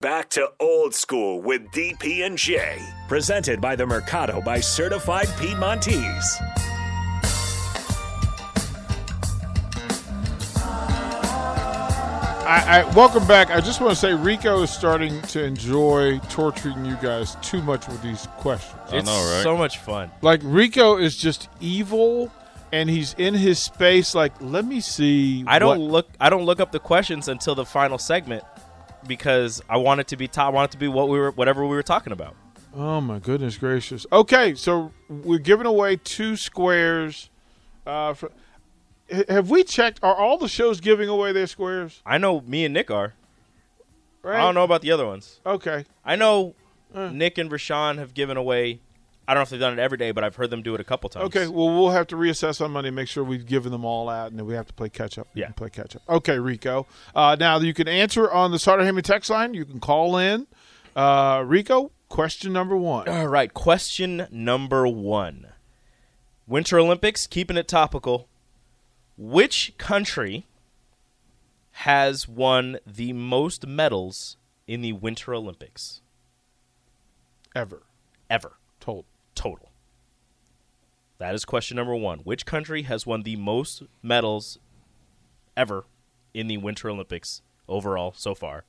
Back to old school with DP and J, presented by the Mercado by Certified Piedmontese. I, I welcome back. I just want to say Rico is starting to enjoy torturing you guys too much with these questions. It's know, right? so much fun. Like Rico is just evil, and he's in his space. Like, let me see. I don't what- look. I don't look up the questions until the final segment because I want it to be top. I want it to be what we were, whatever we were talking about. oh my goodness gracious. Okay, so we're giving away two squares. Uh, for, ha- have we checked? Are all the shows giving away their squares? I know me and Nick are. Right. Uh. I don't know about the other ones. Okay. I know Nick and Rashawn have given away. I don't know if they've done it every day, but I've heard them do it a couple times. Okay, well, we'll have to reassess on Monday, make sure we've given them all out, and then we have to play catch up. We Yeah. can play catch up. Okay, Rico. Uh, now you can answer on the Sauter Hammond text line. You can call in. Uh, Rico, question number one. All right. Question number one: Winter Olympics, keeping it topical. Which country has won the most medals in the Winter Olympics Ever ever? told. total. That is question number one. Which country has won the most medals ever in the Winter Olympics overall so far?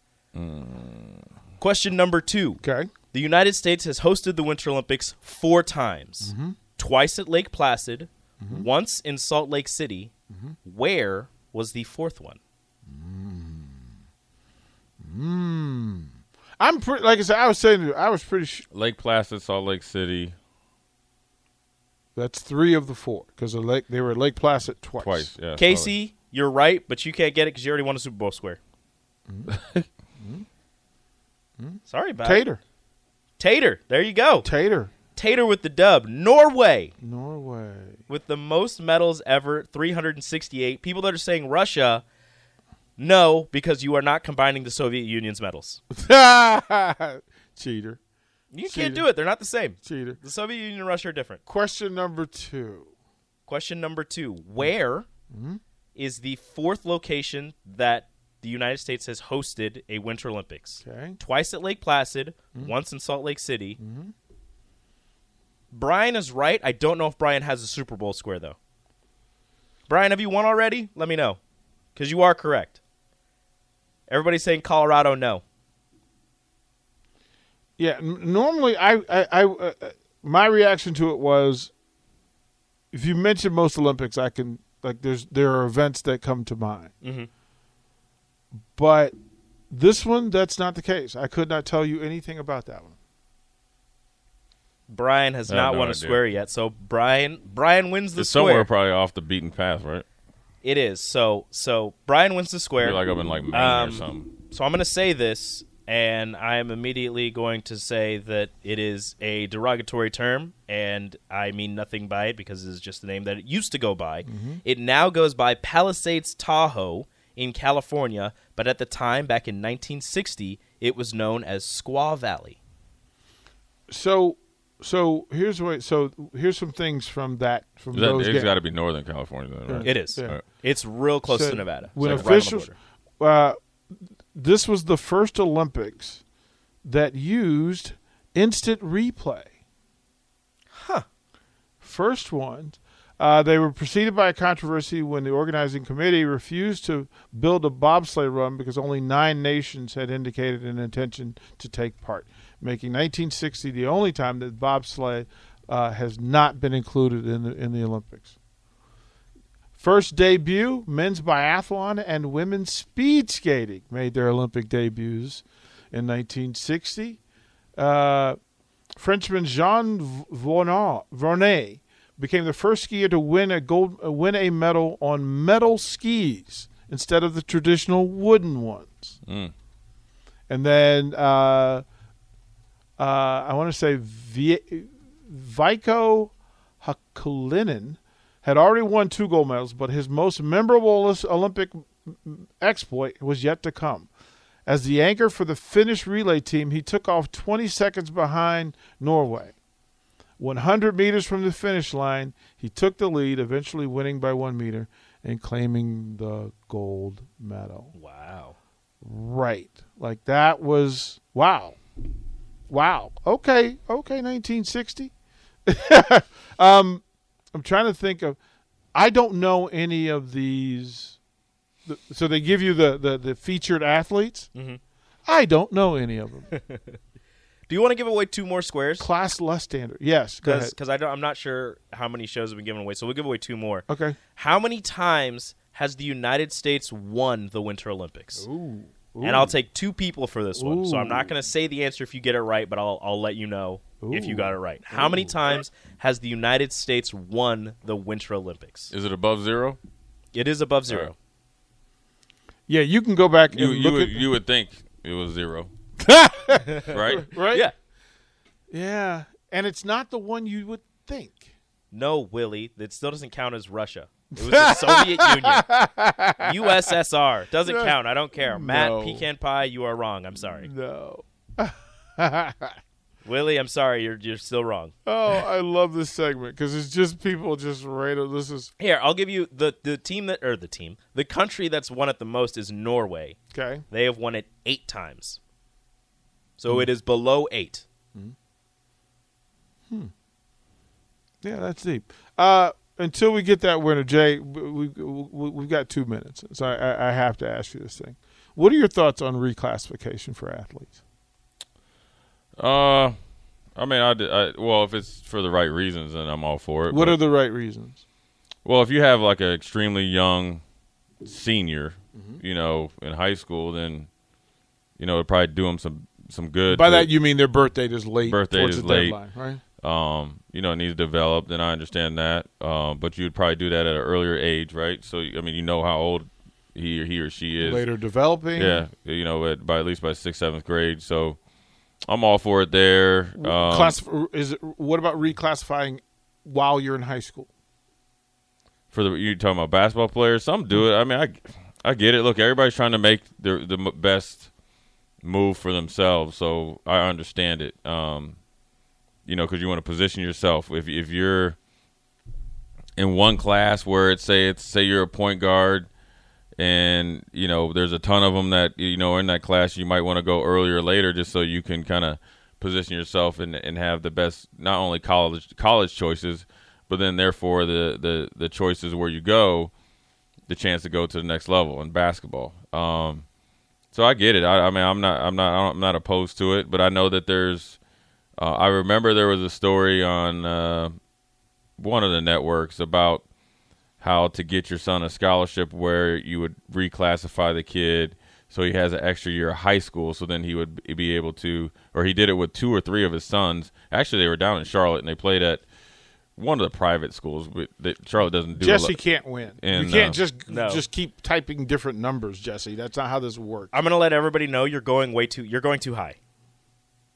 Question number two. Okay. The United States has hosted the Winter Olympics four times twice at Lake Placid, once in Salt Lake City. Where was the fourth one? Hmm. I'm pretty. Like I said, I was saying, to you, I was pretty. Sh- Lake Placid, Salt Lake City, that's three of the four because Lake they were at Lake Placid twice. twice. Yeah, Salt Lake. Casey, you're right, but you can't get it because you already won a Super Bowl square. Sorry about it. Tater, Tater. There you go. Tater, Tater with the dub. Norway Norway. with the most medals ever, 368. People that are saying Russia, no, because you are not combining the Soviet Union's medals. cheater, You See, can't do it. They're not the same. cheater. The Soviet Union and Russia are different. Question number two. Question number two Where is the fourth location that the United States has hosted a Winter Olympics? Okay. Twice at Lake Placid, once in Salt Lake City. Brian is right. I don't know if Brian has a Super Bowl square, though. Brian, have you won already? Let me know. Because you are correct. Everybody's saying Colorado, no. Yeah, n- normally I, I, I uh, uh, my reaction to it was, if you mention most Olympics, I can like there's there are events that come to mind, Mhm. but this one that's not the case. I could not tell you anything about that one. Brian has I have not no won a idea. square yet. So Brian Brian wins the It's square. somewhere probably off the beaten path, right? It is. So so Brian wins the square. You're like up in like Maine Um, or something. So I'm going to say this, and I am immediately going to say that it is a derogatory term, and I mean nothing by it because it is just the name that it used to go by. Mm-hmm. It now goes by Palisades Tahoe in California, but at the time, back in 1960, it was known as Squaw Valley. So, so here's what. So here's some things from that from Is that, those it's games. got to be Northern California, then, right? It is. Yeah. It's real close So to Nevada. When It's like right on the officials, border. uh, this was the first Olympics that used instant replay. Huh. First one. Uh, they were preceded by a controversy when the organizing committee refused to build a bobsleigh run because only nine nations had indicated an intention to take part, making 1960 the only time that bobsleigh uh, has not been included in the in the Olympics. First debut, men's biathlon and women's speed skating made their Olympic debuts in 1960. Uh, Frenchman Jean V- Vernon- Vernet became the first skier to win a gold, uh, win a medal on metal skis instead of the traditional wooden ones. Mm. And then uh, uh, I want to say v- Vico Hakulinen had already won two gold medals, but his most memorable Olys- Olympic exploit was yet to come. As the anchor for the Finnish relay team, he took off 20 seconds behind Norway. 100 meters from the finish line, he took the lead, eventually winning by one meter and claiming the gold medal. Wow. right. Like that was wow, wow. Okay, okay, 1960. um, I'm trying to think of. I don't know any of these. The, so they give you the the, the featured athletes. Mhm. I don't know any of them. Do you want to give away two more squares? Class lust standard. Yes. Go ahead. Because I don't, I'm not sure how many shows have been given away, so we'll give away two more. Okay. How many times has the United States won the Winter Olympics? Ooh. And I'll take two people for this one. So I'm Ooh. not going to say the answer if you get it right, but I'll, I'll let you know if you Ooh. got it right. How many times has the United States won the Winter Olympics? Is it above zero? It is above zero. Yeah, you can go back and You you look would, at you would think it was zero, right? right. Yeah. Yeah, and it's not the one you would think. No, Willie, that still doesn't count as Russia. It was the Soviet Union. USSR. Doesn't count. I don't care. Matt, No. pecan pie, you are wrong. I'm sorry. No. Willie, I'm sorry. You're, you're still wrong. Oh, I love this segment because it's just people just random. This is Here, I'll give you the, the team that, or the team, the country that's won it the most is Norway. okay. They have won it eight times. So Hmm. it is below eight. Yeah, that's deep. Uh, until we get that winner, Jay, we, we, we, we've got two minutes, so I, I, I have to ask you this thing. What are your thoughts on reclassification for athletes? Uh, I mean, I, did- I well, if it's for the right reasons, then I'm all for it. What but- are the right reasons? Well, if you have like an extremely young senior, Mm-hmm. you know, in high school, then you know it'd probably do them some some good. By to- that, you mean their birthday is late. Birthday towards is the late. Deadline, right? um, you know, it needs to develop. Then I understand that, um, but you'd probably do that at an earlier age, right? So I mean, you know how old he or he or she is. Later developing. Yeah, you know, at, by at least by sixth, seventh grade. So I'm all for it there. Um, Class, is it, what about reclassifying while you're in high school? for the you talking about basketball players. Some do it. I mean, I I get it. Look, everybody's trying to make the the m- best move for themselves, so I understand it. Um, you know, because you want to position yourself. If if you're in one class where it's say it's say you're a point guard, and you know there's a ton of them that you know in that class you might want to go earlier or later just so you can kind of position yourself and and have the best not only college college choices but then therefore the the the choices where you go the chance to go to the next level in basketball um so I get it I, I mean I'm not I'm not I'm not opposed to it but I know that there's uh, I remember there was a story on uh, one of the networks about how to get your son a scholarship where you would reclassify the kid so he has an extra year of high school so then he would be able to or he did it with two or three of his sons actually they were down in charlotte and they played at one of the private schools but that charlotte doesn't do a Jesse lot- can't win. And, you can't uh, just No. just keep typing different numbers, Jesse. That's not how this works. I'm gonna let everybody know you're going way too you're going too high.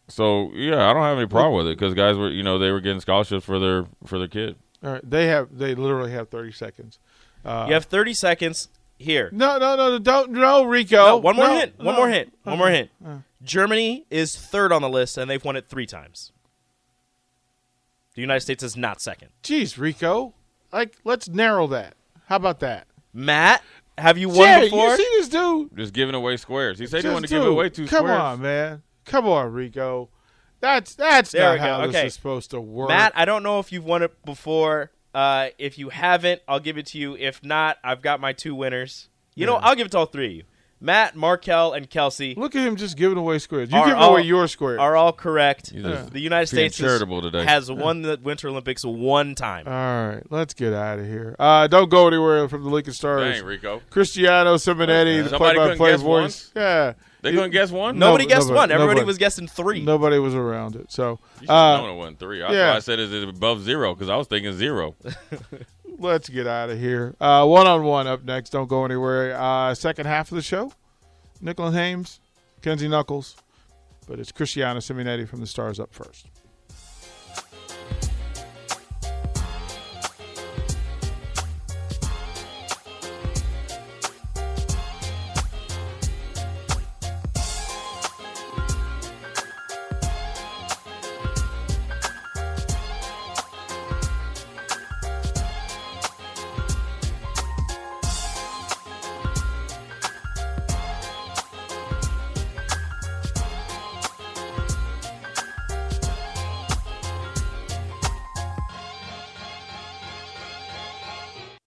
so yeah i don't have any problem with it because guys were you know they were getting scholarships for their for their kid All right, they have they literally have thirty seconds. Uh, you have 30 seconds here. No, no, no, no, don't, no, Rico. No, one more No, Uh-huh. hint. One no. Uh. more hint. One more hint. Germany is third on the list, and they've won it three times. The United States is not second. Jeez, Rico. Like, let's narrow that. How about that? Matt, have you won Jerry, before? you see this dude? just giving away squares he said he Just wanted to give dude. away two Come squares on, man. Come on, Rico. That's that's There we not go. how this Okay. is supposed to work. Matt, I don't know if you've won it before. Uh, if you haven't, I'll give it to you. If not, I've got my two winners. You know, I'll give it to all three of you. Matt, Markel, and Kelsey Look at him just giving away squares. You Are give all- away your square. are all correct. He's just The United being States is- charitable today has won the Winter Olympics one time. All right, let's get out of here. Uh, don't go anywhere from the Lincoln Stars. Dang, rico Cristiano Simonetti, the Somebody couldn't play-by-play guess one? voice. Yeah, they couldn't guess one nobody no, guessed nobody- one. Everybody nobody. was guessing three. nobody was around it. So You should uh, have known it wasn't three. That's yeah. why I said is it above zero because I was thinking zero. let's get out of here. Uh, one-on-one up next. Don't go anywhere. Uh, second half of the show, Nicholas Hames, Kenzie Knuckles, but it's Cristiano Simonetti from the Stars up first.